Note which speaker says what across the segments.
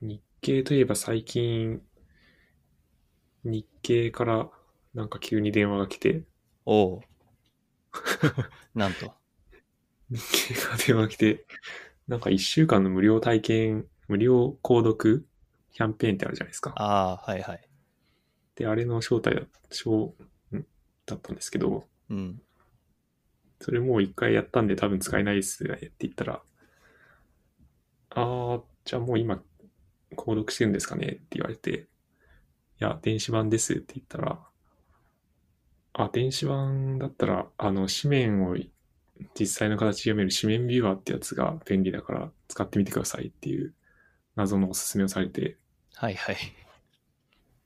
Speaker 1: 日経といえば最近、日経からなんか急に電話が来て、
Speaker 2: おう。 なんと。
Speaker 1: 日経から電話が来て、なんか一週間の無料体験、無料購読キャンペーンってあるじゃないですか。
Speaker 2: ああ、はいはい。
Speaker 1: で、あれの招待だ、招、んだったんですけど、
Speaker 2: うん。
Speaker 1: それもう一回やったんで多分使えないですねって言ったら、あー、じゃあもう今、購読してるんですかねって言われて、いや、電子版ですって言ったら、あ、電子版だったら、あの、紙面を実際の形で読める紙面ビューアーってやつが便利だから使ってみてくださいっていう謎のおすすめをされて、
Speaker 2: はいはい。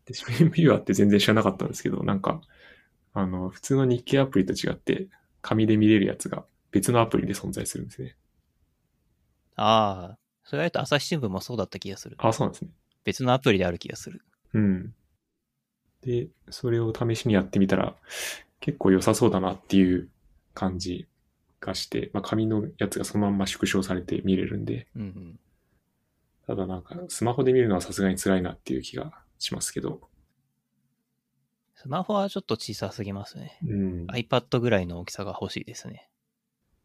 Speaker 1: で、紙面ビューアーって全然知らなかったんですけど、なんか、あの、普通の日経アプリと違って、紙で見れるやつが別のアプリで存在するんですね。
Speaker 2: ああ、それだと朝日新聞もそうだった気がする。
Speaker 1: あ、そうなんですね。
Speaker 2: 別のアプリである気がする。
Speaker 1: うん。で、それを試しにやってみたら、結構良さそうだなっていう感じがして、まあ、紙のやつがそのまんま縮小されて見れるんで、
Speaker 2: うんうん。
Speaker 1: ただなんか、スマホで見るのはさすがに辛いなっていう気がしますけど、
Speaker 2: スマホはちょっと小さすぎますね。
Speaker 1: うん。
Speaker 2: iPad ぐらいの大きさが欲しいで すね。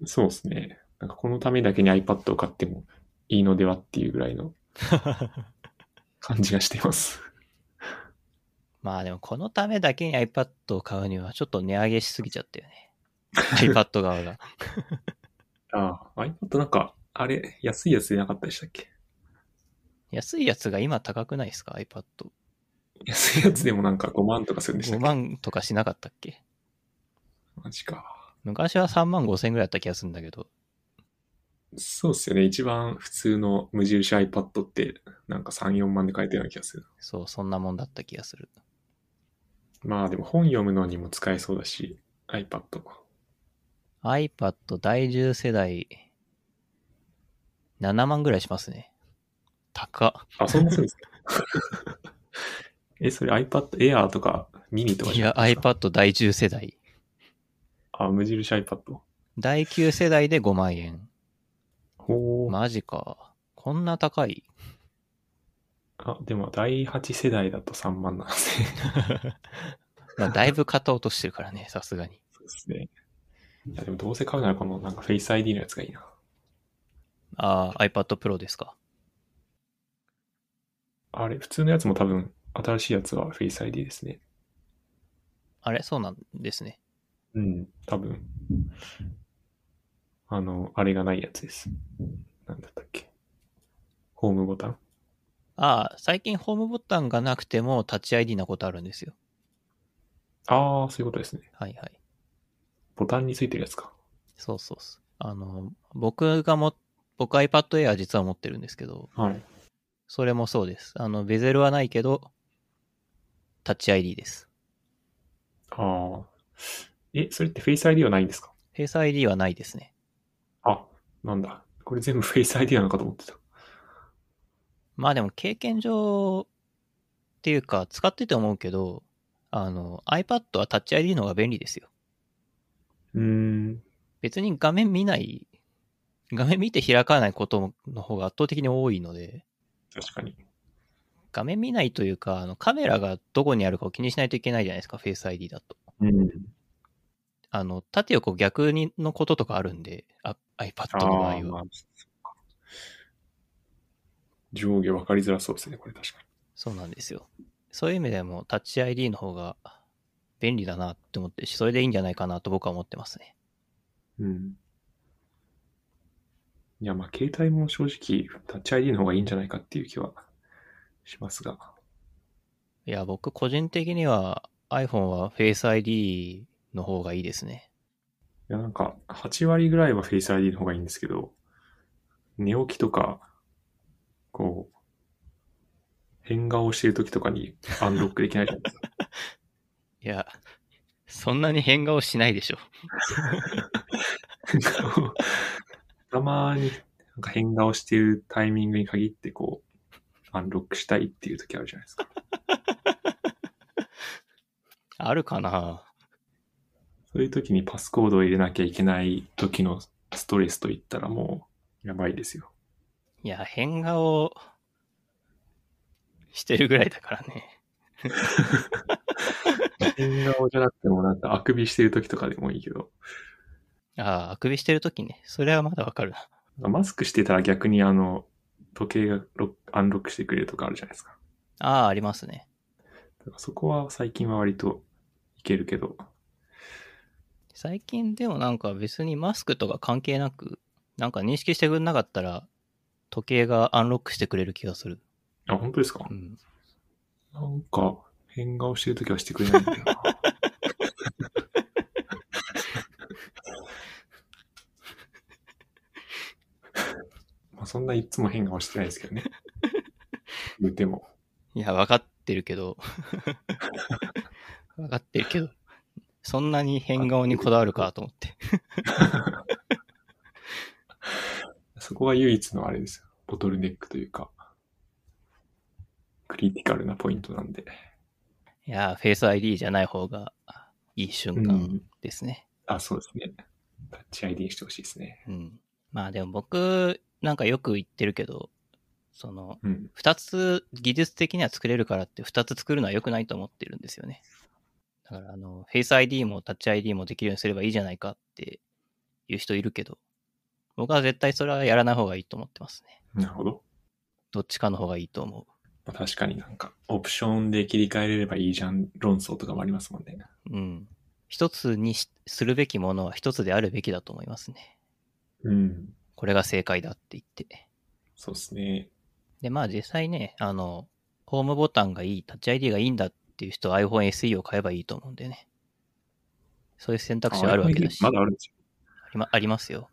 Speaker 1: そうですね。なんかこのためだけに iPad を買ってもいいのではっていうぐらいの感じがしています。
Speaker 2: まあでもこのためだけに iPad を買うにはちょっと値上げしすぎちゃったよね。iPad 側 が。
Speaker 1: ああ、iPad なんか、あれ、安いやつでなかったでしたっけ
Speaker 2: 安いやつが今高くないですか ?iPad。
Speaker 1: 安いやつでもなんか5万とかするんでした
Speaker 2: 5
Speaker 1: っけ
Speaker 2: 万とかしなかったっけ
Speaker 1: マジか。
Speaker 2: 昔は3万5千ぐらいだった気がするんだけど。
Speaker 1: そうっすよね。一番普通の無印 iPad って、なんか3、4万で買えたような気がする。
Speaker 2: そう、そんなもんだった気がする。
Speaker 1: まあでも本読むのにも使えそうだし、iPad。
Speaker 2: iPad 第10世代、7万ぐらいしますね。高っ。
Speaker 1: あ、そんなするんですか え、それ iPad Air とか mini とか
Speaker 2: い
Speaker 1: じゃ
Speaker 2: や、
Speaker 1: ないですか
Speaker 2: iPad 第10世代。
Speaker 1: あ、無印 iPad。
Speaker 2: 第9世代で5万円。
Speaker 1: ほー。
Speaker 2: マジか。こんな高い。
Speaker 1: あ、でも第8世代だと3万なんですね。
Speaker 2: まあ、だいぶ型落としてるからね、さすがに。
Speaker 1: そうですね。いや、でもどうせ買うならこのなんか Face ID のやつがいいな。
Speaker 2: ああ、iPad Pro ですか。
Speaker 1: あれ、普通のやつも多分新しいやつは Face ID ですね。
Speaker 2: あれそうなんですね。
Speaker 1: うん、多分。あの、あれがないやつです。なんだったっけ。ホームボタン
Speaker 2: ああ、最近ホームボタンがなくてもタッチ ID なことあるんですよ。
Speaker 1: ああ、そういうことですね。
Speaker 2: はいはい。
Speaker 1: ボタンについてるやつか。
Speaker 2: そうそうそう。あの、僕がも、僕 iPad Air 実は持ってるんですけど、
Speaker 1: はい。
Speaker 2: それもそうです。あの、ベゼルはないけど、タッチ ID です。
Speaker 1: ああ。え、それって Face ID はないんですか
Speaker 2: フェイス ID はないですね。
Speaker 1: あ、なんだ。これ全部 Face ID なのかと思ってた。
Speaker 2: まあでも経験上っていうか、使ってて思うけど、あの、iPad はタッチ ID の方が便利ですよ。
Speaker 1: うーん。
Speaker 2: 別に画面見ない、画面見て開かないことの方が圧倒的に多いので、
Speaker 1: 確かに。
Speaker 2: 画面見ないというか、あのカメラがどこにあるかを気にしないといけないじゃないですか、フェイス ID だと。
Speaker 1: うん。
Speaker 2: あの、縦横逆にのこととかあるんで、あ iPad の場
Speaker 1: ああ、
Speaker 2: 合
Speaker 1: ま
Speaker 2: は。
Speaker 1: あ、上下分かりづらそうですね、これ確かに。
Speaker 2: そうなんですよ。そういう意味でも、タッチ ID の方が便利だなって思ってるし、それでいいんじゃないかなと僕は思ってますね。
Speaker 1: うん。いや、まあ、携帯も正直、タッチ ID の方がいいんじゃないかっていう気はしますが。
Speaker 2: いや、僕個人的には iPhone は Face ID の方がいいですね。
Speaker 1: いや、なんか、8割ぐらいは Face ID の方がいいんですけど、寝起きとか、こう、変顔してる時とかにアンロックできない じゃないですか。
Speaker 2: いや、そんなに変顔しないでしょ。
Speaker 1: たまに、なんか変顔してるタイミングに限って、こう、アンロックしたいっていう時あるじゃないですか。
Speaker 2: あるかな
Speaker 1: そういう時にパスコードを入れなきゃいけない時のストレスといったらもう、やばいですよ。
Speaker 2: いや、変顔してるぐらいだからね。
Speaker 1: 変顔じゃなくても、なんかあくびしてる時とかでもいいけど、
Speaker 2: ああ、あくびしてるときね。それはまだわかるな。
Speaker 1: マスクしてたら逆にあの、時計がロックアンロックしてくれるとかあるじゃないですか。
Speaker 2: ああ、ありますね。
Speaker 1: だからそこは最近は割といけるけど、
Speaker 2: 最近でもなんか別にマスクとか関係なく、なんか認識してくれなかったら、時計がアンロックしてくれる気がする。
Speaker 1: あ、本当ですか
Speaker 2: うん。
Speaker 1: なんか、変顔してる時はしてくれないんだよな。 まあそんないつも変顔してないですけどね。言うても。
Speaker 2: いや、わかってるけ ど。わかってるけど。そんなに変顔にこだわるかと思って。
Speaker 1: そこが唯一のあれですよ。ボトルネックというか、クリティカルなポイントなんで。
Speaker 2: いや、フェイス ID じゃない方がいい瞬間ですね。
Speaker 1: あ、そうですね。タッチ ID にしてほしいですね。
Speaker 2: うん。まあでも僕、なんかよく言ってるけど、その、
Speaker 1: うん。
Speaker 2: 二つ技術的には作れるからって二つ作るのは良くないと思ってるんですよね。だからあの、フェイス ID もタッチ ID もできるようにすればいいじゃないかっていう人いるけど、僕は絶対それはやらない方がいいと思ってますね。
Speaker 1: なるほど。
Speaker 2: どっちかの方がいいと思う。
Speaker 1: まあ、確かになんか、オプションで切り替えれればいいじゃん論争とかもありますもんね。
Speaker 2: うん。一つにしするべきものは一つであるべきだと思いますね。
Speaker 1: うん。
Speaker 2: これが正解だって言って。
Speaker 1: そうですね。
Speaker 2: で、まあ実際ね、あの、ホームボタンがいい、タッチ ID がいいんだっていう人は iPhone SE を買えばいいと思うんでね。そういう選択肢はあるわけだし、
Speaker 1: ま
Speaker 2: あ
Speaker 1: だあるんですよ。
Speaker 2: りまありますよ。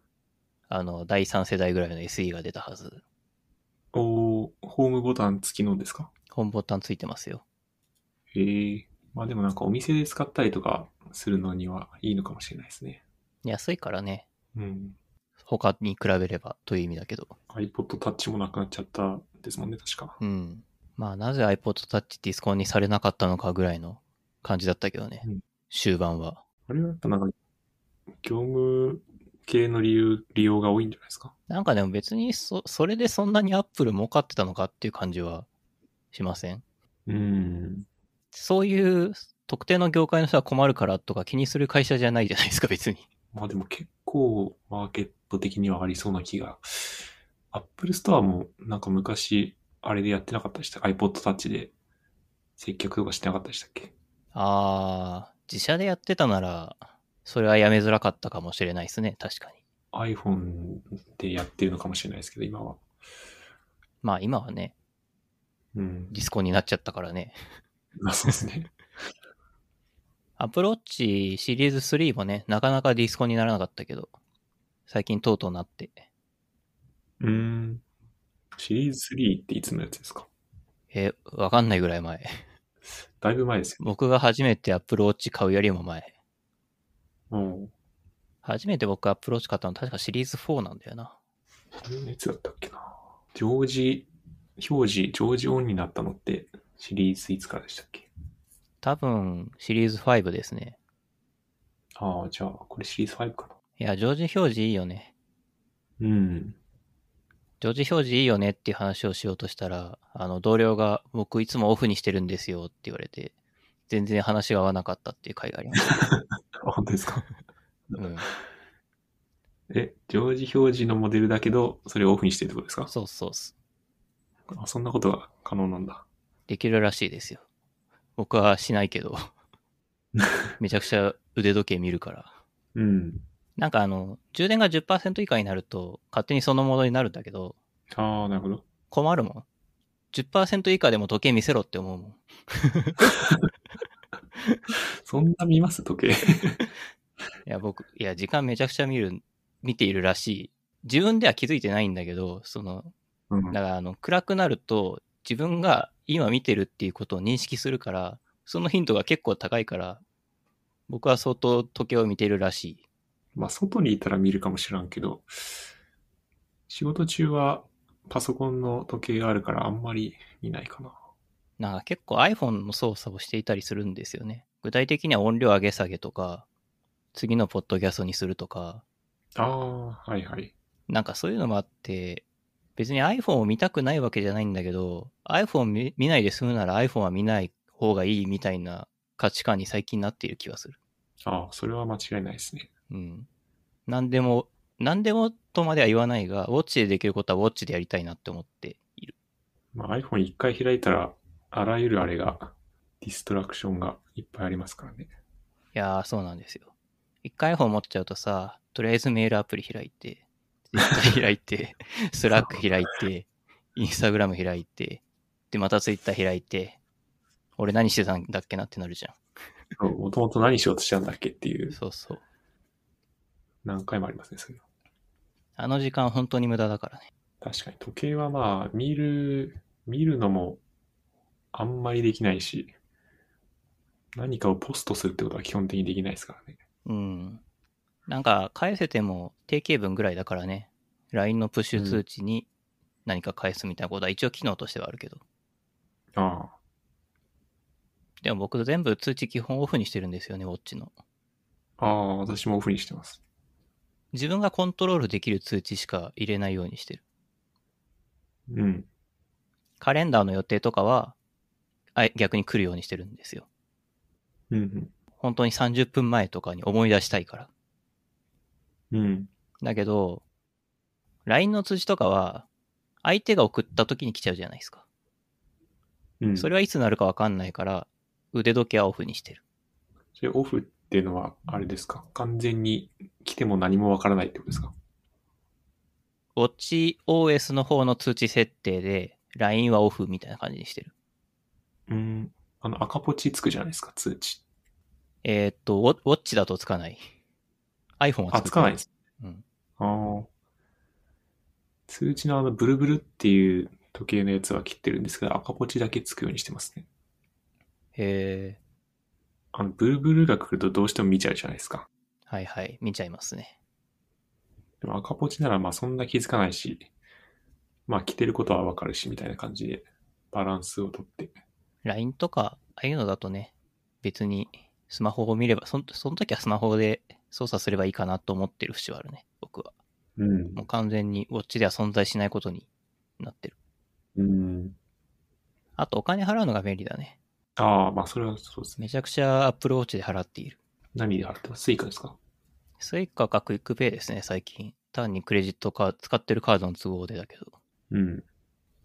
Speaker 2: あの、第3世代ぐらいの SE が出たはず。
Speaker 1: おーホームボタン付きのですか
Speaker 2: ホームボタンついてますよ。
Speaker 1: へえ。まあでもなんかお店で使ったりとかするのにはいいのかもしれないですね。
Speaker 2: 安いからね、
Speaker 1: うん。
Speaker 2: 他に比べればという意味だけど。
Speaker 1: iPod Touch もなくなっちゃったですもんね、確か。
Speaker 2: うん。まあなぜ iPod Touch ディスコンにされなかったのかぐらいの感じだったけどね。
Speaker 1: うん
Speaker 2: 終盤は。
Speaker 1: あれはやっぱなんか、業務系の理由、利用が多いんじゃないですか
Speaker 2: なんかでも別にそ、それでそんなに Apple 儲かってたのかっていう感じはしません
Speaker 1: うん。
Speaker 2: そういう特定の業界の人は困るからとか気にする会社じゃないじゃないですか、別に。
Speaker 1: まあでも結構マーケット的にはありそうな気が。Apple Store もなんか昔、あれでやってなかったでした。iPod Touch で接客とかしてなかったでしたっけ
Speaker 2: あー、自社でやってたなら、それはやめづらかったかもしれないですね、確かに。
Speaker 1: iPhone でやってるのかもしれないですけど、今は。
Speaker 2: まあ今はね、
Speaker 1: うん。
Speaker 2: ディスコになっちゃったからね。
Speaker 1: まあそうですね。
Speaker 2: アプローチシリーズ3もね、なかなかディスコにならなかったけど、最近とうとうなって。
Speaker 1: うん。シリーズ3っていつのやつですか
Speaker 2: えー、わかんないぐらい前。
Speaker 1: だいぶ前ですよ。
Speaker 2: 僕が初めてアプローチ買うよりも前。
Speaker 1: うん。
Speaker 2: 初めて僕アプローチ買ったの確かシリーズ4なんだよな。
Speaker 1: どんなやつだったっけな。常時、表示、常時オンになったのってシリーズいつからでしたっけ
Speaker 2: 多分、シリーズ5ですね。
Speaker 1: ああ、じゃあ、これシリーズ5か
Speaker 2: いや、常時表示いいよね。
Speaker 1: な。うん。
Speaker 2: 常時表示いいよねっていう話をしようとしたら、あの、同僚が僕いつもオフにしてるんですよって言われて、全然話が合わなかったっていう回がありました。
Speaker 1: あ、本当ですか。
Speaker 2: うん。
Speaker 1: え、常時表示のモデルだけど、それをオフにしてるってことですか
Speaker 2: そうそうそう。
Speaker 1: あそんなことが可能なんだ。
Speaker 2: できるらしいですよ。僕はしないけど。めちゃくちゃ腕時計見るから。
Speaker 1: うん。
Speaker 2: なんかあの、充電が10%以下になると、勝手にそのモードになるんだけど、
Speaker 1: ああ、なるほど。
Speaker 2: 困るもん。10%以下でも時計見せろって思うもん。
Speaker 1: そんな見ます時計。
Speaker 2: いや、僕、いや、時間めちゃくちゃ見る、見ているらしい。自分では気づいてないんだけど、その、
Speaker 1: うん。
Speaker 2: だから、あの、暗くなると、自分が今見てるっていうことを認識するから、その頻度が結構高いから、僕は相当時計を見てるらしい。
Speaker 1: まあ、外にいたら見るかもしらんけど、仕事中はパソコンの時計があるからあんまり見ないかな。
Speaker 2: なんか結構 iPhone の操作をしていたりするんですよね。具体的には音量上げ下げとか、次のポッドキャストにするとか、
Speaker 1: ああ、はいはい。
Speaker 2: なんかそういうのもあって、別に iPhone を見たくないわけじゃないんだけど、iPhone 見見ないで済むなら iPhone は見ない方がいいみたいな価値観に最近なっている気がする。
Speaker 1: ああ、それは間違いないですね。
Speaker 2: うん。何でも、何でもとまでは言わないが、ウォッチでできることはウォッチでやりたいなって思っている。
Speaker 1: まあ、iPhone 一回開いたら、あらゆるあれが、ディストラクションがいっぱいありますからね。
Speaker 2: いやー、そうなんですよ。一回 iPhone 持っちゃうとさ、とりあえずメールアプリ開いて、Twitter 開いて、スラック開いて、インスタグラム開いて、で、また Twitter 開いて、俺何してたんだっけなってなるじゃ
Speaker 1: もともと何しようとしたんだっけってい
Speaker 2: ん。
Speaker 1: う、
Speaker 2: そうそう。
Speaker 1: 何回もありますね、そういう
Speaker 2: あの時間本当に無駄だからね。
Speaker 1: の。確かに、時計はまあ、見る、見るのも、あんまりできないし、何かをポストするってことは基本的にできないですからね。
Speaker 2: うん。なんか、返せても定型文ぐらいだからね。LINE のプッシュ通知に何か返すみたいなことは一応機能としてはあるけど。
Speaker 1: ああ、
Speaker 2: でも僕全部通知基本オフにしてるんですよね、ウォッチの。
Speaker 1: ああ、私もオフにしてます。
Speaker 2: 自分がコントロールできる通知しか入れないようにしてる。
Speaker 1: うん。
Speaker 2: カレンダーの予定とかは、あ逆に来るようにしてるんですよ。
Speaker 1: うん、
Speaker 2: 本当に30分前とかに思い出したいから。
Speaker 1: うん。うん。
Speaker 2: だけど、LINE の通知とかは、相手が送った時に来ちゃうじゃないですか。
Speaker 1: うん、
Speaker 2: それはいつなるかわかんないから、腕時計はオフにしてる。
Speaker 1: それオフっていうのは、あれですか完全に来ても何もわからないってことですか
Speaker 2: ウォッチ OS の方の通知設定で、LINE はオフみたいな感じにしてる。
Speaker 1: うん。あの、赤ポチつくじゃないですか、通知。
Speaker 2: えーっと、ウォウォッチだとつかない。iPhone は
Speaker 1: あ、つかないです。
Speaker 2: うん。
Speaker 1: ああ。通知のあの、ブルブルっていう時計のやつは切ってるんですけど、赤ポチだけつくようにしてますね。
Speaker 2: へえ、
Speaker 1: あの、ブルブルが来るとどうしても見ちゃうじゃないですか。
Speaker 2: はいはい、見ちゃいますね。
Speaker 1: でも赤ポチならまあそんな気づかないし、まあ着てることはわかるし、みたいな感じでバランスをとって。
Speaker 2: LINE とか、ああいうのだとね、別にスマホを見れば、そんその時はスマホで操作すればいいかなと思ってる節はあるね、僕は。
Speaker 1: うん
Speaker 2: もう完全にウォッチでは存在しないことになってる。
Speaker 1: うん。
Speaker 2: あとお金払うのが便利だね。
Speaker 1: ああ、まあそれはそうですね。
Speaker 2: めちゃくちゃ Apple Watch で払っている。
Speaker 1: 何で払ってますスイカですか
Speaker 2: スイカかクイックペイですね、最近。単にクレジットカード、使ってるカードの都合でだけど。
Speaker 1: うん。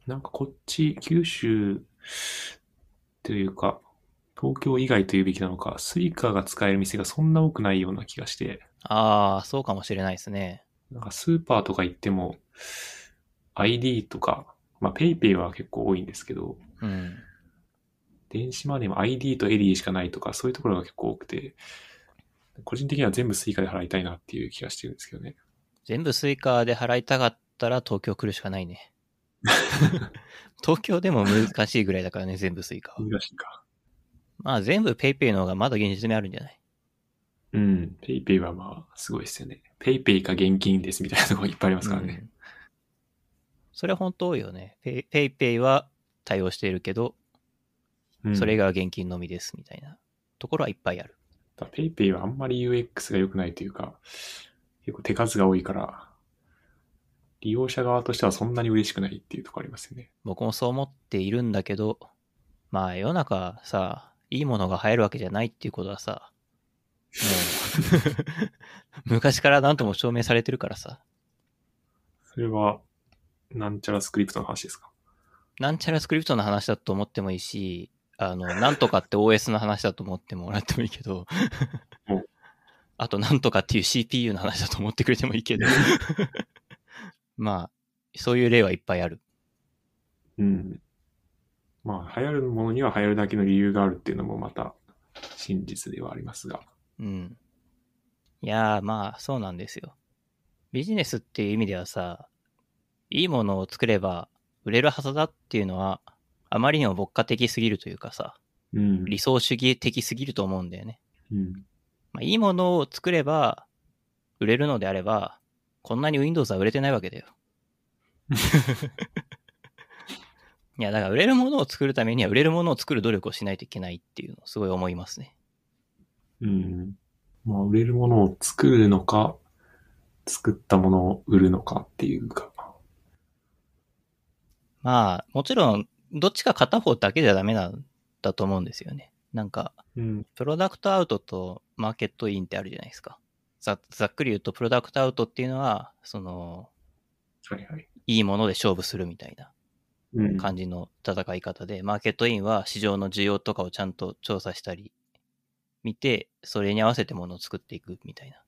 Speaker 1: なんかこっち、九州というか、東京以外というべきなのか、スイカが使える店がそんな多くないような気がして、
Speaker 2: ああ、そうかもしれないですね。
Speaker 1: なんかスーパーとか行っても、ID とか、まあペイペイは結構多いんですけど、
Speaker 2: うん。
Speaker 1: 電子マネーも ID とエリーしかないとか、そういうところが結構多くて、個人的には全部スイカで払いたいなっていう気がしてるんですけどね。
Speaker 2: 全部スイカで払いたかったら東京来るしかない ね。東京でも難しいぐらいだからね、全部スイカは。
Speaker 1: 難しいか。
Speaker 2: まあ全部 PayPay ペイペイの方がまだ現実味あるんじゃない
Speaker 1: うん。ペイペイはまあ、すごいですよね。ペイペイか現金ですみたいなところいっぱいありますからね。
Speaker 2: うんそれ本当多いよね。PayPay ペイペイは対応しているけど、
Speaker 1: うん
Speaker 2: それ以外は現金のみですみたいなところはいっぱいある。
Speaker 1: ただ PayPay はあんまり UX が良くないというか、結構手数が多いから、利用者側としてはそんなに嬉しくないっていうところありますよね。
Speaker 2: 僕もそう思っているんだけど、まあ世の中さ、いいものが流行るわけじゃないっていうことはさ、もう昔から何とも証明されてるからさ、
Speaker 1: それは、なんちゃらスクリプトの話ですか
Speaker 2: なんちゃらスクリプトの話だと思ってもいいし、あの、なんとかって OS の話だと思ってもらってもいいけど
Speaker 1: お、
Speaker 2: あとなんとかっていう CPU の話だと思ってくれてもいいけど、 まあ、そういう例はいっぱいある。
Speaker 1: うん。まあ、流行るものには流行るだけの理由があるっていうのもまた真実ではありますが。
Speaker 2: うん。いやー、まあ、そうなんですよ。ビジネスっていう意味ではさ、いいものを作れば売れるはずだっていうのは、あまりにも牧歌的すぎるというかさ、
Speaker 1: うん。
Speaker 2: 理想主義的すぎると思うんだよね。
Speaker 1: うん。
Speaker 2: まあ、いいものを作れば、売れるのであれば、こんなに Windows は売れてないわけだよ。いや、だから売れるものを作るためには、売れるものを作る努力をしないといけないっていうのをすごい思いますね。
Speaker 1: うん。まあ、売れるものを作るのか、作ったものを売るのかっていうか、
Speaker 2: まあ、もちろん、どっちか片方だけじゃダメなんだと思うんですよね。なんか、
Speaker 1: うん。
Speaker 2: プロダクトアウトとマーケットインってあるじゃないですか。ざざっくり言うと、プロダクトアウトっていうのは、その、
Speaker 1: はいはい。
Speaker 2: いいもので勝負するみたいな
Speaker 1: うん。
Speaker 2: 感じの戦い方で、マーケットインは市場の需要とかをちゃんと調査したり、見て、それに合わせてものを作っていくみたいな。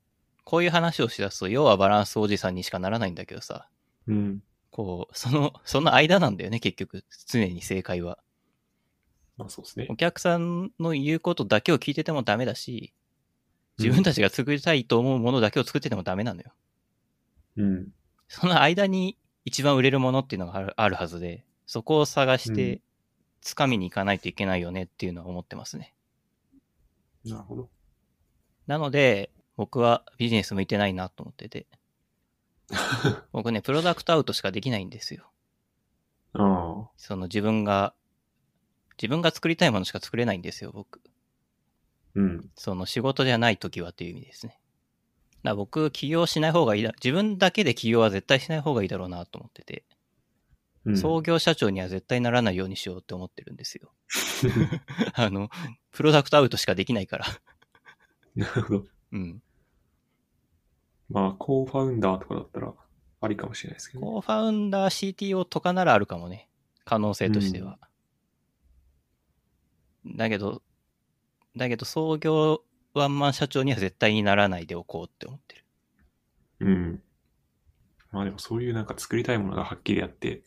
Speaker 2: こういう話をしだすと、要はバランスおじさんにしかならないんだけどさ、
Speaker 1: うん。
Speaker 2: こう、その、その間なんだよね、結局。常に正解は。
Speaker 1: まあそうですね
Speaker 2: お。客さんの言うことだけを聞いててもダメだ
Speaker 1: う
Speaker 2: し、
Speaker 1: ん
Speaker 2: 自分たちが作りたいと思うものだけを作っててもダメなのよ。
Speaker 1: うん。
Speaker 2: その間に一番売れるものっていうのがあるあるはずで、そこを探し
Speaker 1: う
Speaker 2: て、掴みに行かないといけないよねっていうのは思ってますね。
Speaker 1: なるほ ど。
Speaker 2: なので、僕はビジネス向いてないなと思ってて。僕ね、プロダクトアウトしかできないんですよ。
Speaker 1: あ
Speaker 2: その自分が、自分が作りたいものしか作れないんですよ、僕。
Speaker 1: あ。うん。
Speaker 2: その仕事じゃない時はという意味ですね。だから僕、起業しない方がいいだ、自分だけで起業は絶対しない方がいいだろうなと思ってて、
Speaker 1: うん、
Speaker 2: 創業社長には絶対ならないようにしようって思ってるんです よ。あの、プロダクトアウトしかできないから。
Speaker 1: なるほど。
Speaker 2: うん。
Speaker 1: まあ、コーファウンダーとかだったら、ありかもしれないですけどね、
Speaker 2: コーファウンダー CTO とかならあるかもね。可能性としては。だけど、だけど創業ワンマン社長には絶対にならないでおこうって思ってる。
Speaker 1: うん。まあでもそういうなんか作りたいものがはっきりあって、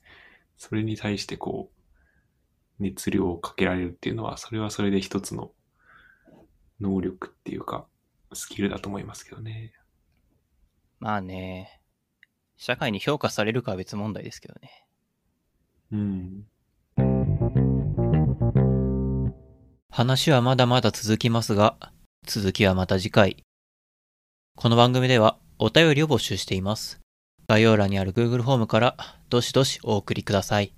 Speaker 1: それに対してこう、熱量をかけられるっていうのは、それはそれで一つの能力っていうか、スキルだと思いますけどね。
Speaker 2: まあね、社会に評価されるかは別問題ですけどね。
Speaker 1: うん。
Speaker 2: 話はまだまだ続きますが、続きはまた次回。この番組ではお便りを募集しています。概要欄にある Google フォームからどしどしお送りください。